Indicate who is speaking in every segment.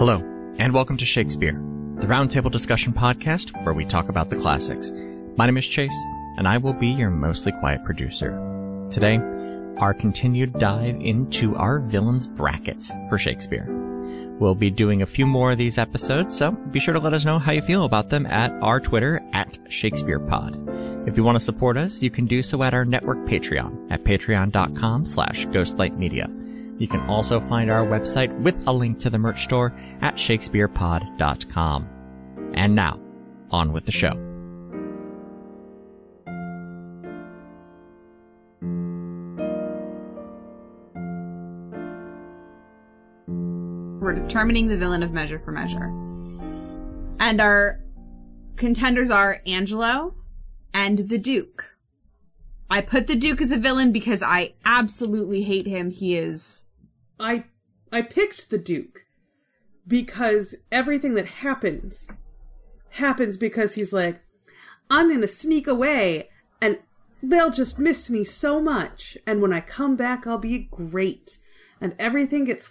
Speaker 1: Hello, and welcome to Shakespeare, the roundtable discussion podcast where we talk about the classics. My name is Chase, and I will be your mostly quiet producer. Today, our continued dive into our villains bracket for Shakespeare. We'll be doing a few more of these episodes, so be sure to let us know how you feel about them at our Twitter at ShakespearePod. If you want to support us, you can do so at our network Patreon at patreon.com slash ghostlightmedia. You can also find our website with a link to the merch store at shakespearepod.com. And now, on with the show.
Speaker 2: We're determining the villain of Measure for Measure. And our contenders are Angelo and the Duke. I put the Duke as a villain because I absolutely hate him. He is.
Speaker 3: I I picked the Duke because everything that happens happens because he's like, I'm gonna sneak away and they'll just miss me so much, and when I come back I'll be great. And everything gets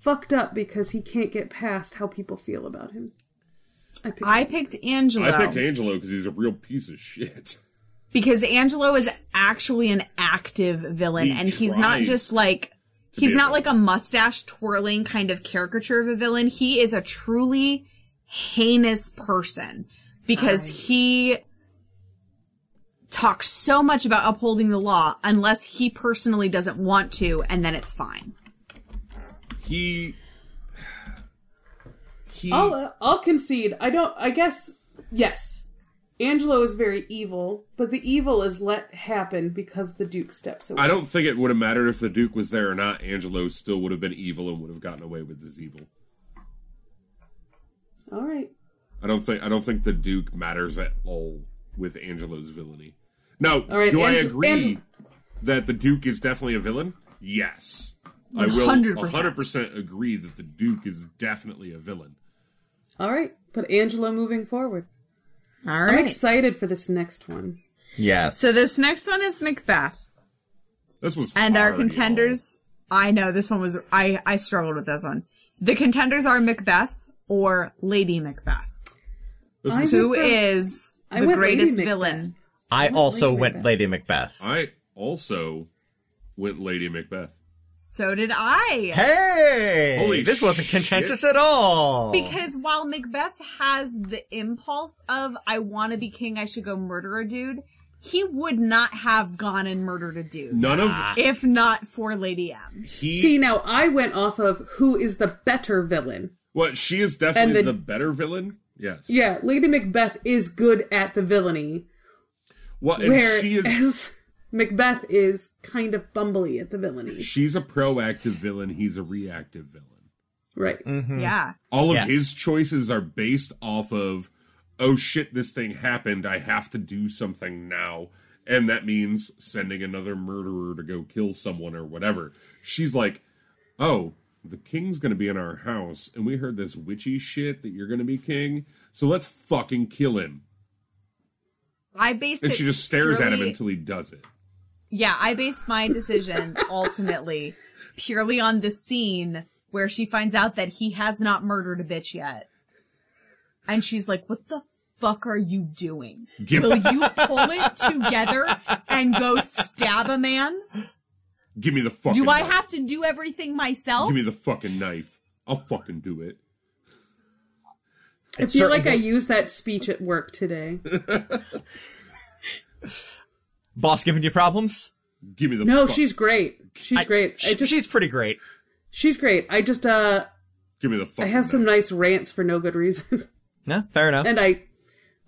Speaker 3: fucked up because he can't get past how people feel about him. I picked
Speaker 2: I picked Angelo.
Speaker 4: I picked Angelo because he's a real piece of shit.
Speaker 2: because Angelo is actually an active villain
Speaker 4: He
Speaker 2: and he's not
Speaker 4: tries
Speaker 2: just like
Speaker 4: be
Speaker 2: he's
Speaker 4: a
Speaker 2: not
Speaker 4: villain.
Speaker 2: like a mustache twirling kind of caricature of a villain. He is a truly heinous person because he talks so much about upholding the law unless he personally doesn't want to and then it's fine.
Speaker 4: He he
Speaker 2: Oh.
Speaker 3: I'll uh, I'll concede. I don't. I guess yes. Angelo is very evil, but the evil is let happen because the Duke steps away.
Speaker 4: I don't think it would have mattered if the Duke was there or not. Angelo still would have been evil and would have gotten away with his evil.
Speaker 3: All right.
Speaker 4: I don't think I don't think the Duke matters at all with Angelo's villainy. No,
Speaker 3: right,
Speaker 4: do I
Speaker 3: Ange-
Speaker 4: agree
Speaker 3: Ange-
Speaker 4: that the Duke is definitely a villain? Yes. I will
Speaker 2: 100%.
Speaker 4: 100% agree that the Duke is definitely a villain.
Speaker 3: All right. But Angelo moving forward.
Speaker 2: All
Speaker 3: I'm
Speaker 2: right.
Speaker 3: excited for this next one.
Speaker 1: Yes.
Speaker 2: so this next one is Macbeth.
Speaker 4: This was
Speaker 2: And our
Speaker 4: hard, y'all.
Speaker 2: contenders, I know this one was, I, I struggled with this one. The contenders are Macbeth or Lady Macbeth,
Speaker 4: This
Speaker 3: I
Speaker 4: was-
Speaker 3: think
Speaker 2: who
Speaker 3: that-
Speaker 2: is
Speaker 3: I
Speaker 2: the
Speaker 3: went Lady
Speaker 2: greatest
Speaker 3: Macbeth.
Speaker 2: villain.
Speaker 1: I also
Speaker 3: Lady
Speaker 1: went
Speaker 3: Macbeth.
Speaker 1: Lady Macbeth.
Speaker 4: I also went Lady Macbeth.
Speaker 2: So did I.
Speaker 1: Hey!
Speaker 4: Holy
Speaker 1: this wasn't
Speaker 4: shit.
Speaker 1: contentious at all.
Speaker 2: Because while Macbeth has the impulse of, I want to be king, I should go murder a dude, he would not have gone and murdered a dude.
Speaker 4: None of
Speaker 2: If not for Lady M.
Speaker 4: he
Speaker 3: See, now I went off of who is the better villain.
Speaker 4: What she is definitely
Speaker 3: And
Speaker 4: the,
Speaker 3: the-
Speaker 4: better villain. Yes.
Speaker 3: Yeah, Lady Macbeth is good at the villainy,
Speaker 4: What and she is
Speaker 3: whereas Macbeth is kind of bumbly at the villainy.
Speaker 4: she's a proactive villain, he's a reactive villain.
Speaker 3: Right.
Speaker 4: Mm.
Speaker 2: Yeah.
Speaker 4: All of
Speaker 1: Yes.
Speaker 4: his choices are based off of oh shit this thing happened, I have to do something now. And that means sending another murderer to go kill someone or whatever. She's like, "Oh, the king's going to be in our house and we heard this witchy shit that you're going to be king, so let's fucking kill him."
Speaker 2: I based
Speaker 4: And
Speaker 2: it
Speaker 4: she just stares at him
Speaker 2: purely-
Speaker 4: until he does it.
Speaker 2: Yeah, I based my decision ultimately purely on the scene where she finds out that he has not murdered a bitch yet. And she's like, What the fuck are you doing?
Speaker 4: Give
Speaker 2: Will you pull it together and go stab a man?
Speaker 4: give me the fucking
Speaker 2: Do I
Speaker 4: knife.
Speaker 2: have to do everything myself?
Speaker 4: Give me the fucking knife. I'll fucking do it.
Speaker 3: I feel like I used that speech at work today.
Speaker 1: Boss giving you problems?
Speaker 4: Give me the
Speaker 3: No,
Speaker 4: fuck-
Speaker 3: she's great. She's
Speaker 1: I-
Speaker 3: great. I
Speaker 1: She,
Speaker 3: just,
Speaker 1: she's pretty great.
Speaker 3: she's great. I just uh
Speaker 4: Give me the fuck.
Speaker 3: I have some nice rants for no good reason.
Speaker 1: No, fair enough.
Speaker 3: and I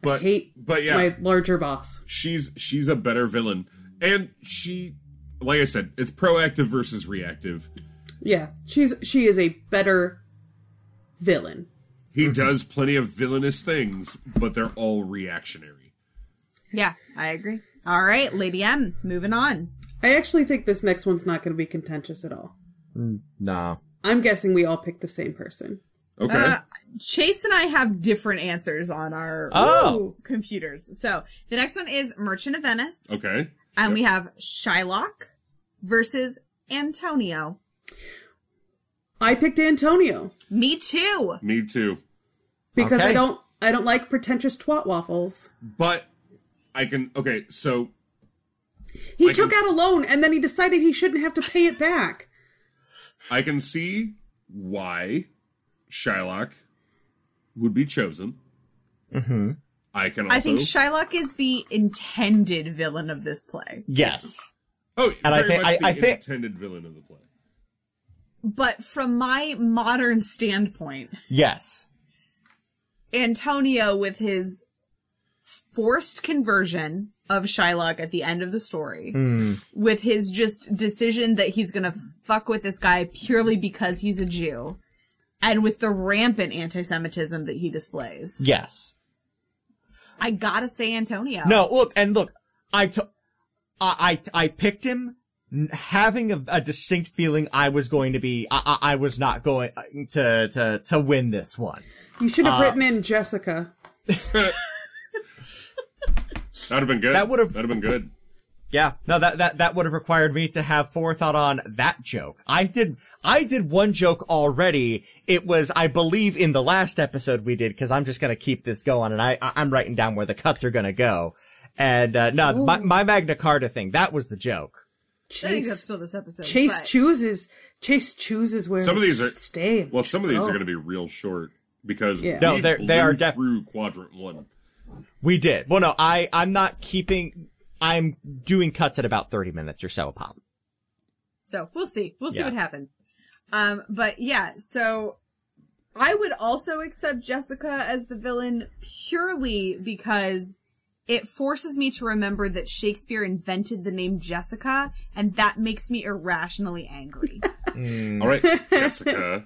Speaker 4: but,
Speaker 3: hate
Speaker 4: But yeah,
Speaker 3: my larger boss.
Speaker 4: she's she's a better villain, and she, like I said, it's proactive versus reactive.
Speaker 3: Yeah. She's she is a better villain.
Speaker 4: He
Speaker 1: Mm-hmm.
Speaker 4: does plenty of villainous things, but they're all reactionary.
Speaker 2: yeah, I agree. All right, Lady M, moving on.
Speaker 3: I actually think this next one's not gonna be contentious at all.
Speaker 1: no.
Speaker 3: I'm guessing we all picked the same person.
Speaker 4: Okay,
Speaker 2: Uh, Chase and I have different answers on our
Speaker 1: Oh.
Speaker 2: computers. So the next one is Merchant of Venice.
Speaker 4: okay.
Speaker 2: And we have Shylock versus Antonio.
Speaker 3: I picked Antonio
Speaker 2: Me too.
Speaker 4: Me too.
Speaker 3: because
Speaker 1: Okay.
Speaker 3: I don't I don't like pretentious twat waffles.
Speaker 4: But I can okay, so
Speaker 3: He
Speaker 4: I
Speaker 3: took
Speaker 4: can-
Speaker 3: out a loan and then he decided he shouldn't have to pay it back.
Speaker 4: I can see why Shylock would be chosen.
Speaker 1: Mm-hmm.
Speaker 4: I can also
Speaker 2: I think Shylock is the intended villain of this play.
Speaker 1: Yes.
Speaker 4: Oh,
Speaker 1: And I
Speaker 4: very
Speaker 1: think-
Speaker 4: much
Speaker 1: I-
Speaker 4: the
Speaker 1: I think-
Speaker 4: intended villain of the play.
Speaker 2: But from my modern standpoint,
Speaker 1: Yes.
Speaker 2: Antonio with his forced conversion of Shylock at the end of the story, with his just decision that he's gonna fuck with this guy purely because he's a Jew, and with the rampant anti-Semitism that he displays.
Speaker 1: Yes.
Speaker 2: I gotta say Antonio.
Speaker 1: No, look, and look, I to- I I I picked him n- having a, a distinct feeling I was going to be, I, I, I was not going uh, to, to, to win this one.
Speaker 3: You should
Speaker 4: Uh,
Speaker 3: have written in Jessica.
Speaker 4: That'd have been good.
Speaker 1: That would've-
Speaker 4: that'd have been good.
Speaker 1: Yeah, no, that, that, that would have required me to have forethought on that joke. I did, I did one joke already. It was, I believe in the last episode we did, cause I'm just gonna keep this going and I, I- I'm writing down where the cuts are gonna go. And, uh, no, my, my Magna Carta thing, that was the joke.
Speaker 2: I think that's
Speaker 3: Chase
Speaker 2: still this episode.
Speaker 3: Chase
Speaker 2: but-
Speaker 3: chooses Chase chooses where
Speaker 4: Some of
Speaker 3: it
Speaker 4: these are-
Speaker 3: should stay.
Speaker 4: Well, some of these
Speaker 3: Oh.
Speaker 4: are going to be real short because
Speaker 3: Yeah.
Speaker 1: No,
Speaker 4: we
Speaker 1: they're-
Speaker 4: blew
Speaker 1: they are def-
Speaker 4: through quadrant one.
Speaker 1: We did. Well, no, I, I'm not keeping, I'm doing cuts at about 30 minutes or so a pop.
Speaker 2: So we'll see. We'll see
Speaker 1: Yeah.
Speaker 2: what happens. Um, but yeah, so I would also accept Jessica as the villain purely because it forces me to remember that Shakespeare invented the name Jessica, and that makes me irrationally angry.
Speaker 4: All right, Jessica.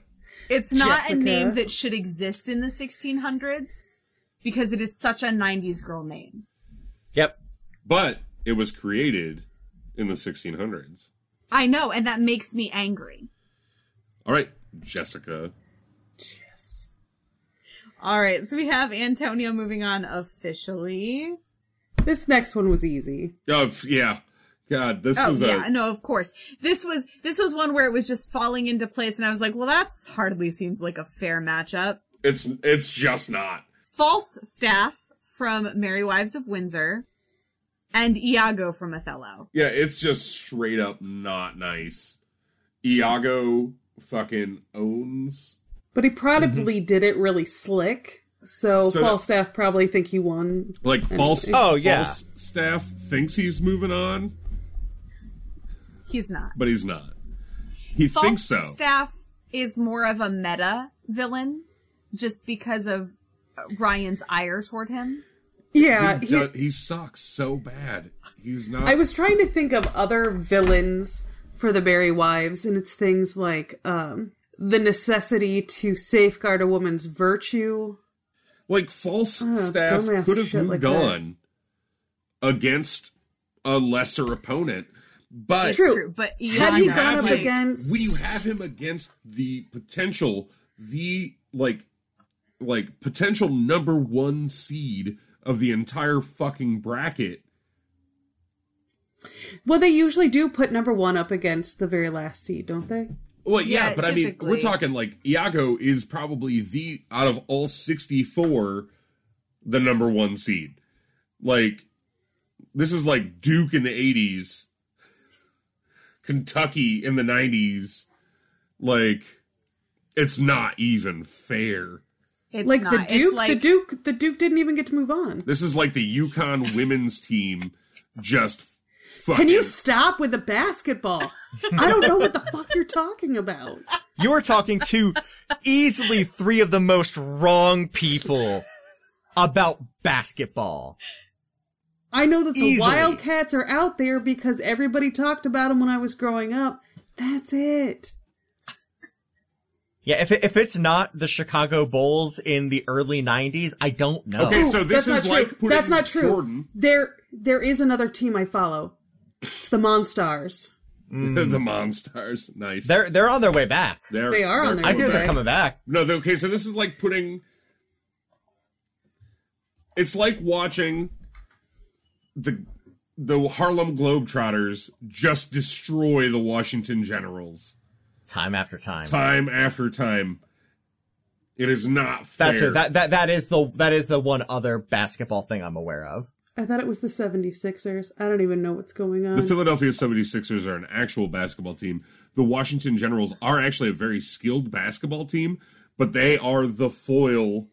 Speaker 2: it's not
Speaker 3: Jessica.
Speaker 2: a name that should exist in the 1600s because it is such a 90s girl name.
Speaker 1: Yep.
Speaker 4: But it was created in the 1600s.
Speaker 2: I know, and that makes me angry.
Speaker 4: All right, Jessica.
Speaker 2: All right, so we have Antonio moving on officially.
Speaker 3: This next one was easy.
Speaker 4: Oh f- yeah, God, this
Speaker 2: Oh
Speaker 4: was
Speaker 2: yeah,
Speaker 4: a
Speaker 2: no, of course. This was this was one where it was just falling into place, and I was like, well, that's hardly seems like a fair matchup.
Speaker 4: it's it's just not.
Speaker 2: False staff from Merry Wives of Windsor, and Iago from Othello.
Speaker 4: Yeah, it's just straight up not nice. Iago fucking owns.
Speaker 3: But he probably did it really slick. So,
Speaker 4: Mm-hmm. So that-
Speaker 3: Falstaff probably think he won.
Speaker 4: Like false.
Speaker 1: Oh, yeah.
Speaker 4: false staff thinks he's moving on,
Speaker 2: He's not.
Speaker 4: but he's not. He
Speaker 2: False
Speaker 4: thinks so.
Speaker 2: staff is more of a meta villain, just because of Ryan's ire toward him.
Speaker 3: Yeah, he-
Speaker 4: he, do- he sucks so bad. He's not.
Speaker 3: I was trying to think of other villains for the Barry Wives, and it's things like um, the necessity to safeguard a woman's virtue.
Speaker 4: like false staff
Speaker 3: dumbass
Speaker 4: could have
Speaker 3: shit
Speaker 4: moved
Speaker 3: like that.
Speaker 4: on against a lesser opponent, but
Speaker 2: It's
Speaker 3: True.
Speaker 2: true, but
Speaker 3: Had
Speaker 4: when
Speaker 3: he
Speaker 4: you
Speaker 3: gone
Speaker 4: have
Speaker 3: up
Speaker 4: him-
Speaker 3: against-
Speaker 4: when you have him against the potential, the like, like potential number one seed of the entire fucking bracket.
Speaker 3: Well, they usually do put number one up against the very last seed, don't they?
Speaker 4: Well, yeah,
Speaker 2: Yeah,
Speaker 4: but I mean, we're
Speaker 2: typically.
Speaker 4: talking like Iago is probably the out of all sixty-four, the number one seed. Like, this is like Duke in the eighties, Kentucky in the nineties. Like, it's not even fair.
Speaker 2: it's
Speaker 3: Like
Speaker 2: not. It's
Speaker 3: the Duke, the
Speaker 2: like-
Speaker 3: Duke, the Duke didn't even get to move on.
Speaker 4: This is like the Yukon women's team, just fucking.
Speaker 3: Can you stop with the basketball? I don't know what the fuck you're talking about.
Speaker 1: You are talking to easily three of the most wrong people about basketball.
Speaker 3: I know that the
Speaker 1: Easily.
Speaker 3: Wildcats are out there because everybody talked about them when I was growing up. That's it.
Speaker 1: Yeah, if it, if it's not the Chicago Bulls in the early '90s, I don't know.
Speaker 4: Okay, so this
Speaker 3: That's
Speaker 4: is
Speaker 3: not
Speaker 4: like
Speaker 3: true.
Speaker 4: putting
Speaker 3: That's not true.
Speaker 4: Jordan,
Speaker 3: There, there is another team I follow. It's the Monstars.
Speaker 4: the Monstars. Nice.
Speaker 1: They're they're on their way back.
Speaker 4: they're,
Speaker 3: They are on their
Speaker 1: I
Speaker 3: way
Speaker 1: hear they're
Speaker 3: back.
Speaker 1: coming back.
Speaker 4: No, th- okay, so this is like putting. It's like watching the the Harlem Globetrotters just destroy the Washington Generals.
Speaker 1: time after time.
Speaker 4: time after time. It is not fair.
Speaker 1: That's right. That that that is the that is the one other basketball thing I'm aware of.
Speaker 3: I thought it was the 76ers. I don't even know what's going on.
Speaker 4: The Philadelphia 76ers are an actual basketball team. The Washington Generals are actually a very skilled basketball team, but they are the foil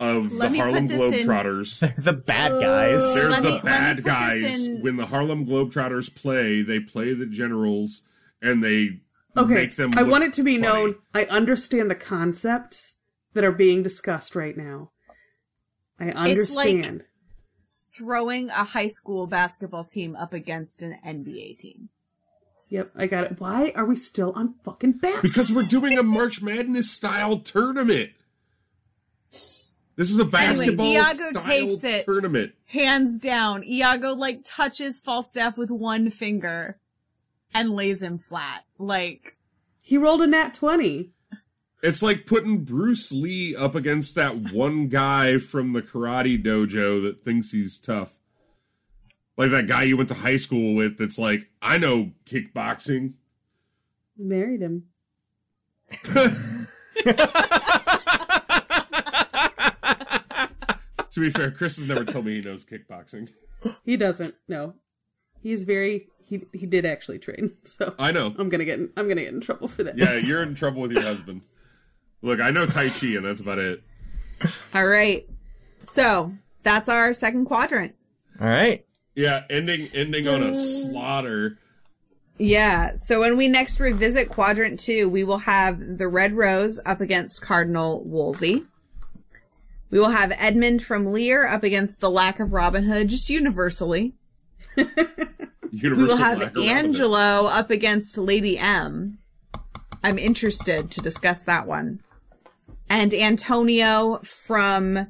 Speaker 4: of
Speaker 2: Let
Speaker 4: the
Speaker 2: me
Speaker 4: Harlem
Speaker 2: put this in-
Speaker 4: Globetrotters.
Speaker 1: The bad guys.
Speaker 4: They're
Speaker 2: Let
Speaker 4: the
Speaker 2: me- let me
Speaker 4: bad
Speaker 2: put this
Speaker 4: guys.
Speaker 2: in-
Speaker 4: When the Harlem Globetrotters play, they play the Generals and they
Speaker 3: okay,
Speaker 4: make them.
Speaker 3: I
Speaker 4: look
Speaker 3: want it to be
Speaker 4: funny.
Speaker 3: known. I understand the concepts that are being discussed right now. I understand.
Speaker 2: Throwing a high school basketball team up against an NBA team.
Speaker 3: Yep, I got it. Why are we still on fucking basketball?
Speaker 4: Because we're doing a March Madness style tournament. This is a basketball
Speaker 2: Iago
Speaker 4: style
Speaker 2: takes it.
Speaker 4: tournament.
Speaker 2: Hands down, Iago like touches Falstaff with one finger and lays him flat. Like
Speaker 3: he rolled a nat 20.
Speaker 4: It's like putting Bruce Lee up against that one guy from the karate dojo that thinks he's tough. Like that guy you went to high school with that's like, I know kickboxing.
Speaker 3: Married him.
Speaker 4: To be fair, Chris has never told me he knows kickboxing.
Speaker 3: He doesn't. No, he's very. He he did actually train. So
Speaker 4: I know.
Speaker 3: I'm gonna get. In, I'm gonna get in trouble for that.
Speaker 4: Yeah, you're in trouble with your husband. Look, I know Tai Chi, and that's about it.
Speaker 2: All right. So that's our second quadrant.
Speaker 1: All right.
Speaker 4: Yeah, ending ending on a slaughter.
Speaker 2: Yeah. So when we next revisit quadrant two, we will have the Red Rose up against Cardinal Wolsey. We will have Edmund from Lear up against the lack of Robin Hood, just universally. We
Speaker 4: Universal
Speaker 2: will have
Speaker 4: black around it.
Speaker 2: Angelo up against Lady M. I'm interested to discuss that one. And Antonio from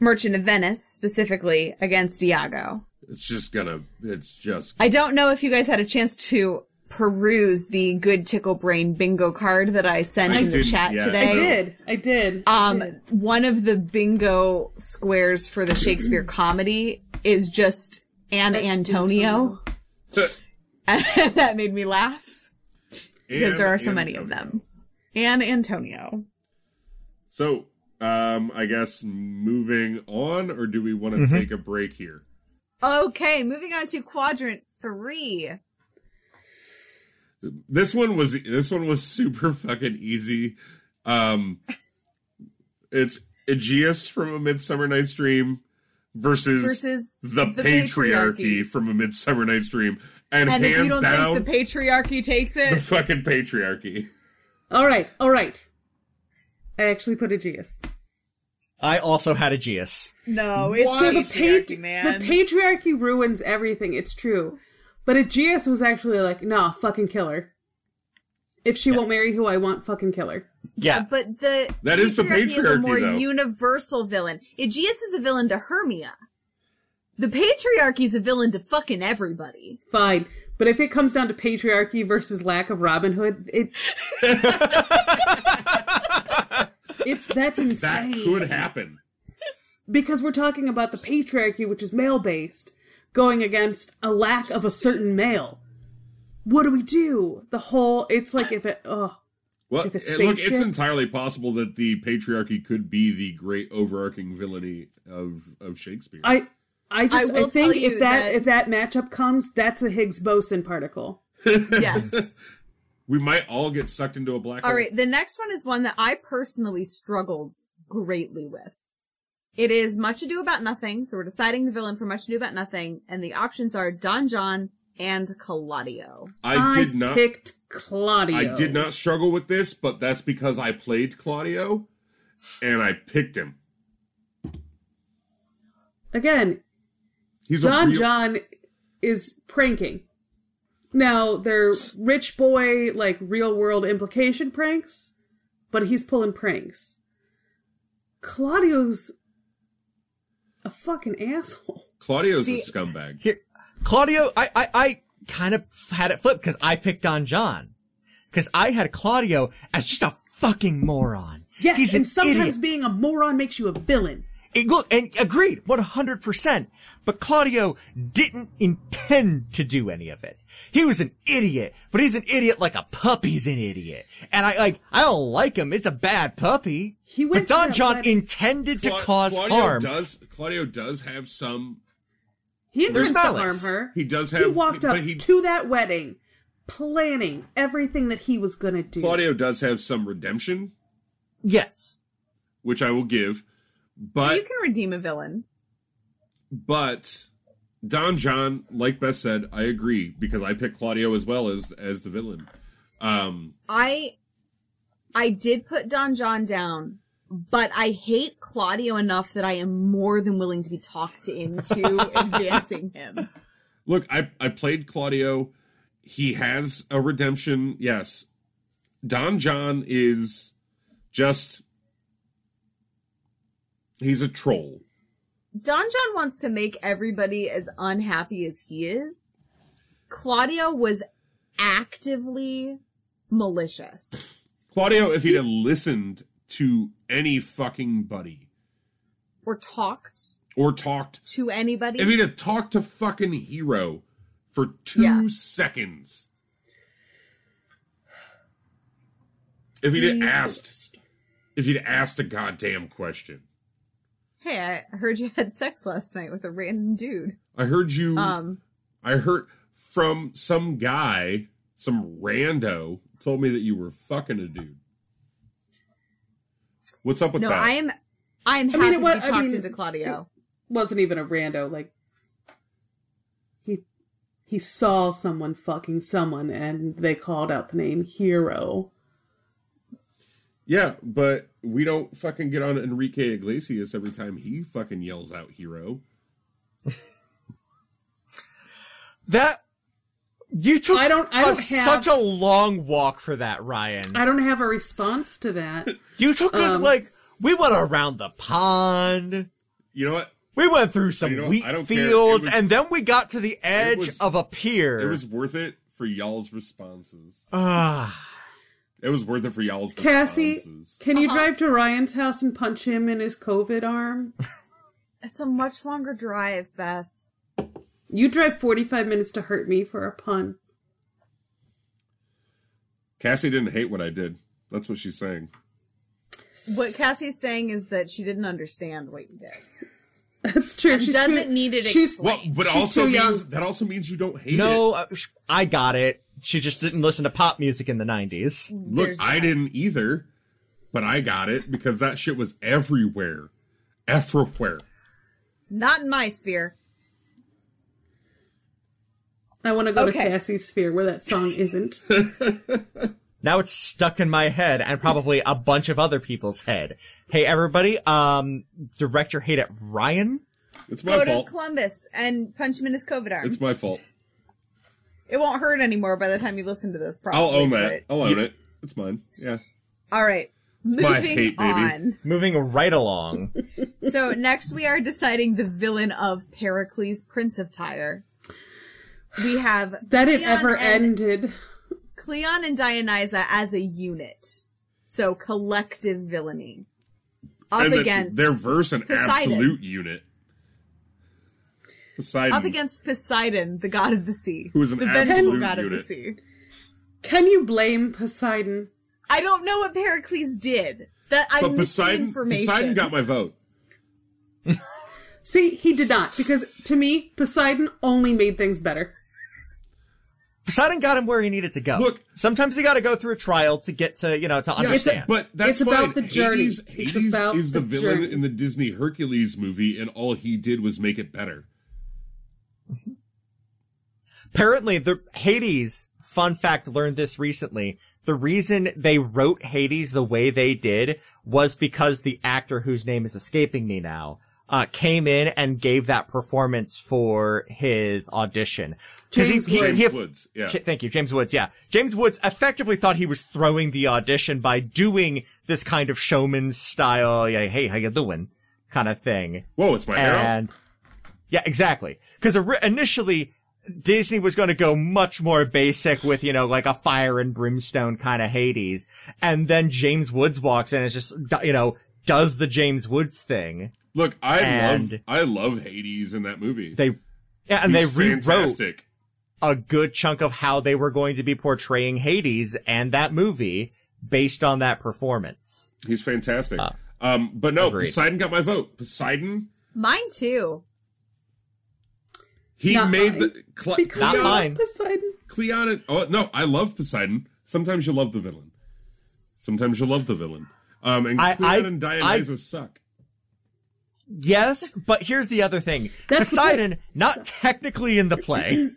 Speaker 2: Merchant of Venice, specifically against Iago.
Speaker 4: It's just gonna. It's just.
Speaker 2: I don't know if you guys had a chance to peruse the good tickle brain bingo card that I sent
Speaker 4: I
Speaker 2: in the
Speaker 4: didn't,
Speaker 2: chat
Speaker 4: yeah.
Speaker 2: today.
Speaker 4: I
Speaker 3: I did. I did.
Speaker 2: Um, one of the bingo squares for the Shakespeare comedy is just Anne Antonio. and that made me laugh because there are so many of them. Anne Antonio.
Speaker 4: So, um, I guess moving on, or do we want to take a break here?
Speaker 2: Okay, moving on to quadrant three.
Speaker 4: This one was this one was super fucking easy. Um, it's Aegeus from A Midsummer Night's Dream versus,
Speaker 2: Versus the
Speaker 4: the, patriarchy,
Speaker 2: patriarchy.
Speaker 4: from A Midsummer Night's Dream, and,
Speaker 2: And if you
Speaker 4: hands
Speaker 2: don't
Speaker 4: down
Speaker 2: think the patriarchy takes
Speaker 4: the
Speaker 2: it,
Speaker 4: fucking patriarchy.
Speaker 3: all right. All right. I actually put a Aegeus.
Speaker 1: I also had a Geus.
Speaker 2: no, it's
Speaker 3: So the,
Speaker 2: patriarchy,
Speaker 3: patri-
Speaker 2: man.
Speaker 3: the patriarchy ruins everything. It's true. But Aegeus was actually like, nah, fucking kill her. If she won't marry who I want, fucking kill her.
Speaker 1: Yeah.
Speaker 2: But the
Speaker 4: That is the
Speaker 2: is a
Speaker 4: patriarchy,
Speaker 2: more
Speaker 4: though.
Speaker 2: universal villain. Aegeus is a villain to Hermia. The patriarchy is a villain to fucking everybody.
Speaker 3: Fine. But if it comes down to patriarchy versus lack of Robin Hood, it. it's that's
Speaker 4: That
Speaker 3: insane.
Speaker 4: could happen.
Speaker 3: because we're talking about the patriarchy, which is male based, going against a lack of a certain male. What do we do? The whole it's like if it oh
Speaker 4: Well,
Speaker 3: If a
Speaker 4: it- look, it's
Speaker 3: spaceship-
Speaker 4: entirely possible that the patriarchy could be the great overarching villainy of of Shakespeare.
Speaker 3: I I just
Speaker 2: I
Speaker 3: I,
Speaker 2: will
Speaker 3: think
Speaker 2: tell you
Speaker 3: if that,
Speaker 2: that-
Speaker 3: if that matchup comes, that's the Higgs boson particle.
Speaker 2: Yes.
Speaker 4: we might all get sucked into a black
Speaker 2: All
Speaker 4: hole.
Speaker 2: right. The next one is one that I personally struggled greatly with. It is Much Ado About Nothing. So we're deciding the villain for Much Ado About Nothing. And the options are Don John and Claudio.
Speaker 4: I did not.
Speaker 3: picked Claudio.
Speaker 4: I did not struggle with this, but that's because I played Claudio, and I picked him.
Speaker 3: Again,
Speaker 4: He's a
Speaker 3: Don
Speaker 4: real,
Speaker 3: John is pranking. Now they're rich boy like real world implication pranks, but he's pulling pranks. Claudio's a fucking asshole.
Speaker 4: Claudio's a scumbag.
Speaker 1: Here, Claudio, I, I, I kind of had it flipped because I picked on John. Because I had Claudio as just a fucking moron.
Speaker 3: Yes,
Speaker 1: He's an
Speaker 3: and sometimes
Speaker 1: idiot.
Speaker 3: being a moron makes you a villain.
Speaker 1: It- look, and agreed, 100%. But Claudio didn't intend to do any of it. He was an idiot, but he's an idiot like a puppy's an idiot. And I like, I don't like him. It's a bad puppy.
Speaker 3: He went
Speaker 1: but
Speaker 3: to
Speaker 1: Don
Speaker 3: that
Speaker 1: John
Speaker 3: wedding-
Speaker 1: intended
Speaker 4: Cla-
Speaker 1: to cause
Speaker 4: Claudio
Speaker 1: harm.
Speaker 4: does Claudio does have some
Speaker 3: He intends to harm
Speaker 1: malice.
Speaker 3: her.
Speaker 4: He does
Speaker 3: He
Speaker 4: have-
Speaker 3: walked up
Speaker 4: but he-
Speaker 3: to that wedding, planning everything that he was going to do.
Speaker 4: Claudio does have some redemption,
Speaker 1: yes.
Speaker 4: which I will give. But
Speaker 2: you can redeem a villain.
Speaker 4: but Don John, like Beth said, I agree because I picked Claudio as well as as the villain. Um,
Speaker 2: I I did put Don John down, but I hate Claudio enough that I am more than willing to be talked into advancing him.
Speaker 4: look, I I played Claudio. He has a redemption. Yes, Don John is just he's a troll.
Speaker 2: Don John wants to make everybody as unhappy as he is. Claudio was actively malicious.
Speaker 4: Claudio, if he'd have listened to any fucking buddy
Speaker 2: Or talked
Speaker 4: or talked
Speaker 2: to anybody.
Speaker 4: If he'd have talked to fucking Hero for two
Speaker 2: Yeah.
Speaker 4: seconds. If he'd have asked. If he'd asked a goddamn question.
Speaker 2: hey, I heard you had sex last night with a random dude.
Speaker 4: I heard you.
Speaker 2: Um
Speaker 4: I heard from some guy, some rando, told me that you were fucking a dude. What's up with
Speaker 2: no,
Speaker 4: that?
Speaker 2: I am I am
Speaker 3: I mean,
Speaker 2: happy
Speaker 3: it wa-
Speaker 2: to be
Speaker 3: I
Speaker 2: talked
Speaker 3: mean,
Speaker 2: into Claudio.
Speaker 3: Wasn't even a rando. Like he he saw someone fucking someone, and they called out the name Hero.
Speaker 4: Yeah, but we don't fucking get on Enrique Iglesias every time he fucking yells out Hero.
Speaker 1: That, you took
Speaker 3: I don't- I
Speaker 1: a-
Speaker 3: don't have-
Speaker 1: such a long walk for that, Ryan.
Speaker 3: I don't have a response to that.
Speaker 1: you took us
Speaker 3: Um,
Speaker 1: like, we went around the pond.
Speaker 4: You know what?
Speaker 1: We went through some
Speaker 4: You know,
Speaker 1: wheat
Speaker 4: I don't care. It
Speaker 1: fields,
Speaker 4: was-
Speaker 1: and then we got to the edge
Speaker 4: was-
Speaker 1: of a pier.
Speaker 4: It was worth it for y'all's responses.
Speaker 1: Ah.
Speaker 4: It was worth it for y'all's
Speaker 3: Cassie,
Speaker 4: responses.
Speaker 3: can you drive to Ryan's house and punch him in his COVID arm?
Speaker 2: It's a much longer drive, Beth.
Speaker 3: You drive 45 minutes to hurt me for a pun.
Speaker 4: Cassie didn't hate what I did. That's what she's saying.
Speaker 2: What Cassie's saying is that she didn't understand what you did.
Speaker 3: That's true.
Speaker 2: And
Speaker 3: she's
Speaker 2: doesn't
Speaker 3: too,
Speaker 2: need it
Speaker 3: She's
Speaker 2: explained. Well,
Speaker 4: but
Speaker 3: she's too young.
Speaker 4: means that also means you don't hate it.
Speaker 1: No, I- I got it. She just didn't listen to pop music in the 90s.
Speaker 4: Look,
Speaker 2: There's
Speaker 4: I
Speaker 2: that.
Speaker 4: didn't either, but I got it because that shit was everywhere. Everywhere.
Speaker 2: Not in my sphere.
Speaker 3: I want to go
Speaker 2: Okay.
Speaker 3: to Cassie's sphere where that song isn't.
Speaker 1: Now it's stuck in my head and probably a bunch of other people's head. Hey, everybody, um, direct your hate at Ryan.
Speaker 4: It's
Speaker 2: Go
Speaker 4: my
Speaker 2: to
Speaker 4: fault.
Speaker 2: Columbus and punch him in his COVID arm.
Speaker 4: it's my fault.
Speaker 2: It won't hurt anymore by the time you listen to this. Probably.
Speaker 4: I'll own that.
Speaker 2: but-
Speaker 4: I'll own it. It's mine. Yeah.
Speaker 2: All right. Moving
Speaker 4: Oh. my hate, baby.
Speaker 2: on.
Speaker 1: Moving right along.
Speaker 2: So next we are deciding the villain of Pericles, Prince of Tyre. We have
Speaker 3: That it
Speaker 2: Cleon
Speaker 3: ever
Speaker 2: and-
Speaker 3: ended.
Speaker 2: Cleon and Dionysa as a unit. So collective villainy. Up
Speaker 4: and that
Speaker 2: against
Speaker 4: They're verse an
Speaker 2: Poseidon.
Speaker 4: absolute unit. Poseidon.
Speaker 2: up against Poseidon, the god of the sea,
Speaker 4: Who is an
Speaker 2: the
Speaker 4: absolute
Speaker 2: god of the
Speaker 4: unit.
Speaker 2: sea.
Speaker 3: Can you blame Poseidon?
Speaker 2: I don't know what Pericles did. That I
Speaker 4: But
Speaker 2: missed the
Speaker 4: Poseidon,
Speaker 2: information.
Speaker 4: Poseidon got my vote.
Speaker 3: See, he did not, because to me, Poseidon only made things better.
Speaker 1: Poseidon got him where he needed to go.
Speaker 4: Look-
Speaker 1: sometimes you got to go through a trial to get to, you know, to understand.
Speaker 4: But
Speaker 3: It's
Speaker 4: that's
Speaker 3: about the
Speaker 4: fine.
Speaker 3: journey.
Speaker 4: Hades,
Speaker 3: It's
Speaker 4: Hades
Speaker 3: about
Speaker 4: is the,
Speaker 3: the
Speaker 4: villain
Speaker 3: journey.
Speaker 4: in the Disney Hercules movie, and all he did was make it better.
Speaker 1: Apparently, the Hades, fun fact, learned this recently. The reason they wrote Hades the way they did was because the actor whose name is escaping me now, uh, came in and gave that performance for his audition. 'Cause
Speaker 3: James
Speaker 4: James Woods, yeah.
Speaker 1: Sh- Thank you, James Woods. Yeah. James Woods effectively thought he was throwing the audition by doing this kind of showman style, yeah, hey, how you doing? kind of thing
Speaker 4: Whoa, it's my arrow.
Speaker 1: and yeah, exactly. Because initially Disney was going to go much more basic with you know like a fire and brimstone kind of Hades, and then James Woods walks in and just you know does the James Woods thing.
Speaker 4: Look, I love
Speaker 1: And-
Speaker 4: I love Hades in that movie.
Speaker 1: They yeah, and they
Speaker 4: He's
Speaker 1: rewrote
Speaker 4: fantastic.
Speaker 1: a good chunk of how they were going to be portraying Hades and that movie based on that performance.
Speaker 4: He's fantastic. um, but no,
Speaker 1: Uh, agreed.
Speaker 4: Poseidon got my vote. Poseidon,
Speaker 2: Mine too.
Speaker 4: he
Speaker 3: Not
Speaker 4: made
Speaker 3: mine.
Speaker 4: the Cle-
Speaker 3: Because
Speaker 1: Not
Speaker 3: you're
Speaker 4: Cleon-
Speaker 1: mine.
Speaker 3: Poseidon.
Speaker 4: Cleon. Oh no, I love Poseidon. Sometimes you love the villain. Sometimes you love the villain. Um, and
Speaker 1: I-
Speaker 4: Cleon
Speaker 1: I-
Speaker 4: and Dionysus suck.
Speaker 1: Yes, but here's the other thing.
Speaker 3: That's the point.
Speaker 1: Poseidon, not technically in the play.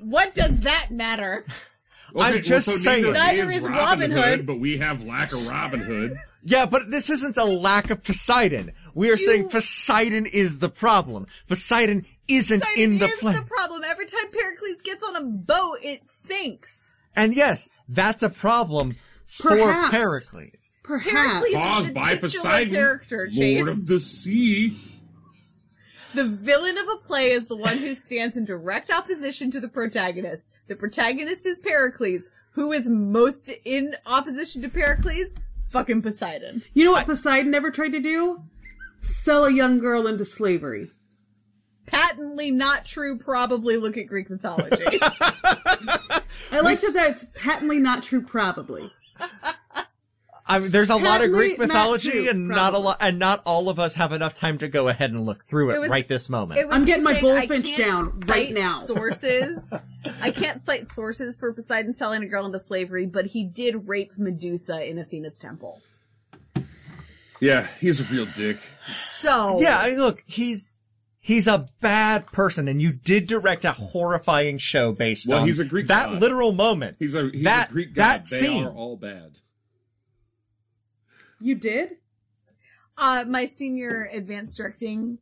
Speaker 2: What does that matter?
Speaker 1: I'm just saying-
Speaker 4: neither
Speaker 2: Neither
Speaker 4: he
Speaker 2: is Robin Hood.
Speaker 4: but we have lack of Robin Hood.
Speaker 1: Yeah, but this isn't a lack of Poseidon. We are saying Poseidon is the problem. Poseidon isn't
Speaker 2: Poseidon
Speaker 1: in the
Speaker 2: is
Speaker 1: play.
Speaker 2: the problem. Every time Pericles gets on a boat, it sinks.
Speaker 1: and yes, that's a problem for
Speaker 3: Perhaps.
Speaker 1: Pericles.
Speaker 3: Perhaps.
Speaker 2: Pericles is
Speaker 4: Caused
Speaker 2: the
Speaker 4: by
Speaker 2: titular
Speaker 4: Poseidon,
Speaker 2: character, Chase.
Speaker 4: Lord of the Sea.
Speaker 2: The villain of a play is the one who stands in direct opposition to the protagonist. The protagonist is Pericles. Who is most in opposition to Pericles? Fucking Poseidon.
Speaker 3: You know what Poseidon never tried to do? Sell a young girl into slavery.
Speaker 2: Patently not true, probably look at Greek mythology.
Speaker 3: I like that that's patently not true, probably.
Speaker 1: I mean, there's a lot of
Speaker 3: Patently
Speaker 1: Greek
Speaker 3: not
Speaker 1: mythology,
Speaker 3: true,
Speaker 1: and not a
Speaker 3: probably.
Speaker 1: lot, and not all of us have enough time to go ahead and look through it,
Speaker 2: It was-
Speaker 1: right this moment.
Speaker 2: It was
Speaker 3: I'm getting
Speaker 2: me
Speaker 3: my
Speaker 2: saying, I
Speaker 3: bullfinch
Speaker 2: can't
Speaker 3: down
Speaker 2: cite
Speaker 3: right now.
Speaker 2: Sources. I can't cite sources for Poseidon selling a girl into slavery, but he did rape Medusa in Athena's temple.
Speaker 4: Yeah, he's a real dick.
Speaker 2: So
Speaker 1: yeah, I- look, he's he's a bad person, and you did direct a horrifying show based
Speaker 4: Well,
Speaker 1: on
Speaker 4: he's a Greek
Speaker 1: that
Speaker 4: god.
Speaker 1: literal moment.
Speaker 4: He's a he's
Speaker 1: that
Speaker 4: a Greek god.
Speaker 1: that
Speaker 4: they
Speaker 1: scene.
Speaker 4: are all bad.
Speaker 3: You did?
Speaker 2: uh, my senior advanced directing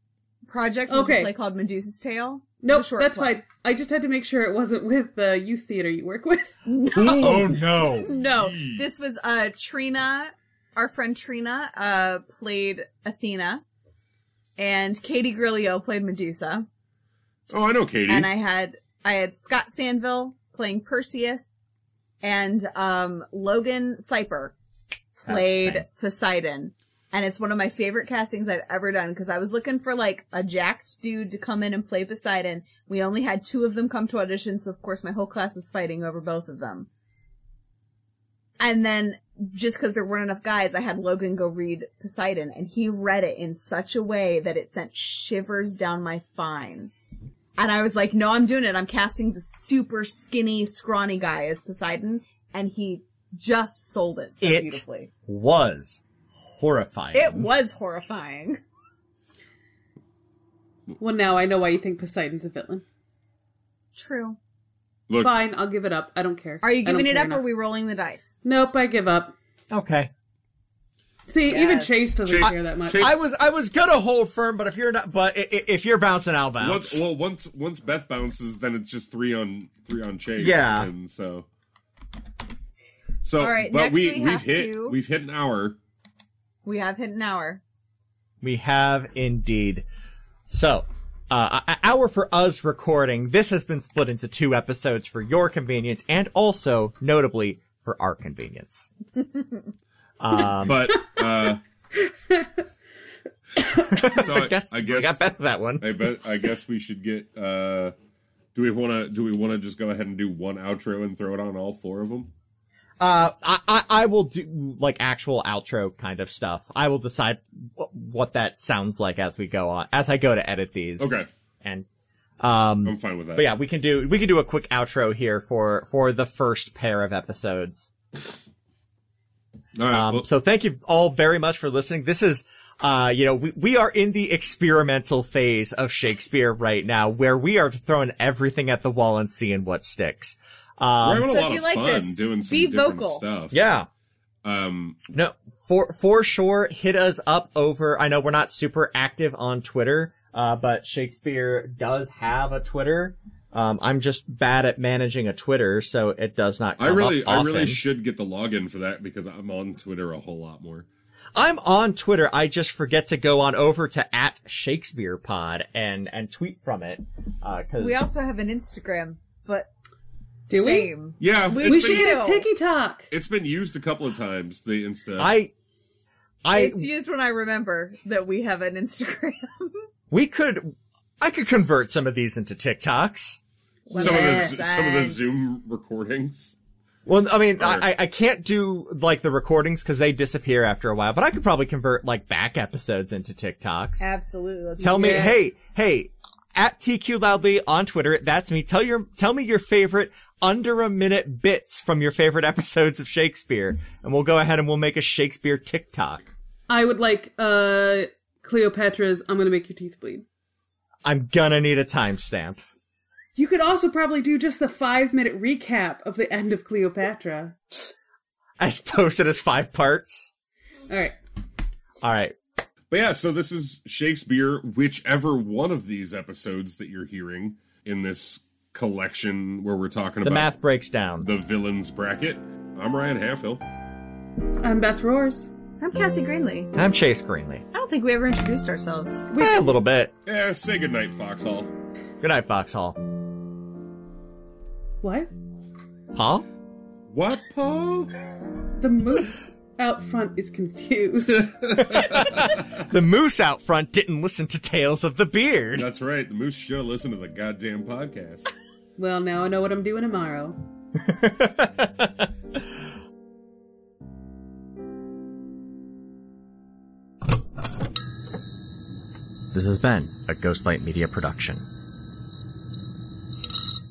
Speaker 2: project was a
Speaker 3: Okay.
Speaker 2: play called Medusa's Tale.
Speaker 3: No,
Speaker 2: It's a short
Speaker 3: that's
Speaker 2: play.
Speaker 3: fine. I just had to make sure it wasn't with the youth theater you work with.
Speaker 1: oh no!
Speaker 2: No, this was uh Trina, our friend Trina, uh played Athena, and Katie Grillo played Medusa,
Speaker 4: Oh, I know Katie.
Speaker 2: and I had I had Scott Sandville playing Perseus, and um Logan Siper
Speaker 1: That's
Speaker 2: played Poseidon. And it's one of my favorite castings I've ever done because I was looking for like a jacked dude to come in and play Poseidon. We only had two of them come to audition, so of course my whole class was fighting over both of them. And then just because there weren't enough guys, I had Logan go read Poseidon, and he read it in such a way that it sent shivers down my spine. And I was like, no, I'm doing it. I'm casting the super skinny, scrawny guy as Poseidon. And he just sold it so
Speaker 1: It-
Speaker 2: beautifully.
Speaker 1: Was horrifying.
Speaker 2: It was horrifying.
Speaker 3: Well, now I know why you think Poseidon's a villain.
Speaker 2: True.
Speaker 4: Look,
Speaker 3: Fine, I'll give it up. I don't care.
Speaker 2: Are you
Speaker 3: I don't
Speaker 2: giving it
Speaker 3: care
Speaker 2: up or
Speaker 3: enough.
Speaker 2: are we rolling the dice?
Speaker 3: Nope, I give up.
Speaker 1: okay.
Speaker 3: See, even
Speaker 2: Yes.
Speaker 3: Chase doesn't
Speaker 4: Chase-
Speaker 3: care that much.
Speaker 4: Chase-
Speaker 1: I was I was gonna hold firm, but if you're not, but i- i- if you're bouncing, I'll bounce.
Speaker 4: once well once once Beth bounces, then it's just three on three on Chase.
Speaker 1: Yeah.
Speaker 4: and so so.
Speaker 2: All right,
Speaker 4: but
Speaker 2: next
Speaker 4: we
Speaker 2: we
Speaker 4: have
Speaker 2: have
Speaker 4: hit
Speaker 2: to-
Speaker 4: we've hit an hour.
Speaker 2: We have hit an hour.
Speaker 1: We have indeed. So, uh, an hour for us recording. This has been split into two episodes for your convenience, and also notably for our convenience. um,
Speaker 4: But uh, so I,
Speaker 1: guess,
Speaker 4: I
Speaker 1: we
Speaker 4: guess
Speaker 1: got back to that one.
Speaker 4: I bet. I guess we should get. uh Do we want to? Do we want to just go ahead and do one outro and throw it on all four of them?
Speaker 1: Uh, I, I I will do like actual outro kind of stuff. I will decide wh- what that sounds like as we go on, as I go to edit these.
Speaker 4: Okay,
Speaker 1: And um,
Speaker 4: I'm fine with that.
Speaker 1: but yeah, we can do we can do a quick outro here for for the first pair of episodes.
Speaker 4: All right.
Speaker 1: Um,
Speaker 4: well,
Speaker 1: so thank you all very much for listening. This is, uh, you know, we, we are in the experimental phase of Shakespeare right now where we are throwing everything at the wall and seeing what sticks.
Speaker 4: we're
Speaker 1: Um,
Speaker 4: having
Speaker 2: so
Speaker 4: a
Speaker 2: if
Speaker 4: lot
Speaker 2: you
Speaker 4: of
Speaker 2: like
Speaker 4: fun
Speaker 2: this,
Speaker 4: doing some
Speaker 2: be
Speaker 4: different
Speaker 2: vocal.
Speaker 4: stuff.
Speaker 1: yeah.
Speaker 4: Um.
Speaker 1: No, for, for sure, hit us up over, I know we're not super active on Twitter, uh, but Shakespeare does have a Twitter. Um, I'm just bad at managing a Twitter, so it does not
Speaker 4: I
Speaker 1: come
Speaker 4: really,
Speaker 1: up
Speaker 4: I
Speaker 1: often.
Speaker 4: really should get the login for that because I'm on Twitter a whole lot more.
Speaker 1: I'm on Twitter. I just forget to go on over to at Shakespeare Pod and and tweet from it. Uh, cause
Speaker 2: We also have an Instagram, but
Speaker 3: Do we?
Speaker 2: same.
Speaker 4: Yeah,
Speaker 2: We-
Speaker 4: it's
Speaker 3: we
Speaker 4: been-
Speaker 3: should get a
Speaker 2: do.
Speaker 3: Tiki Talk.
Speaker 4: It's been used a couple of times. The Insta.
Speaker 1: I I
Speaker 2: it's used when I remember that we have an Instagram.
Speaker 1: we could I could convert some of these into TikToks.
Speaker 4: some of the
Speaker 2: Yes.
Speaker 4: some of the Zoom recordings.
Speaker 1: Well, I mean,
Speaker 4: Or-
Speaker 1: I, I- I can't do like the recordings because they disappear after a while, but I could probably convert like back episodes into TikToks.
Speaker 2: Absolutely. Let's
Speaker 1: Tell me,
Speaker 3: Yeah.
Speaker 1: hey, hey, at TQ Loudly on Twitter, that's me. Tell your, tell me your favorite under a minute bits from your favorite episodes of Shakespeare, and we'll go ahead and we'll make a Shakespeare TikTok.
Speaker 3: I would like uh Cleopatra's I'm gonna make your teeth bleed.
Speaker 1: I'm gonna need a timestamp.
Speaker 3: You could also probably do just the five minute recap of the end of Cleopatra.
Speaker 1: I suppose it as five parts.
Speaker 3: Alright.
Speaker 1: All right.
Speaker 4: But yeah, so this is Shakespeare, whichever one of these episodes that you're hearing in this collection where we're talking
Speaker 1: The
Speaker 4: about
Speaker 1: math breaks down.
Speaker 4: the villains bracket. I'm Ryan Halfill.
Speaker 3: I'm Beth um, Roars.
Speaker 2: I'm Cassie Greenlee.
Speaker 1: I'm Chase Greenlee.
Speaker 2: I don't think we ever introduced ourselves.
Speaker 1: Eh, a little bit.
Speaker 4: Yeah, say goodnight, Foxhall.
Speaker 1: Good night, Foxhall.
Speaker 3: What?
Speaker 1: Paul?
Speaker 4: What, Paul?
Speaker 3: The moose out front is confused.
Speaker 1: The moose out front didn't listen to Tales of the Beard.
Speaker 4: That's right. The moose should have listened to the goddamn podcast.
Speaker 3: well, now I know what I'm doing tomorrow.
Speaker 1: This has been a Ghostlight Media production.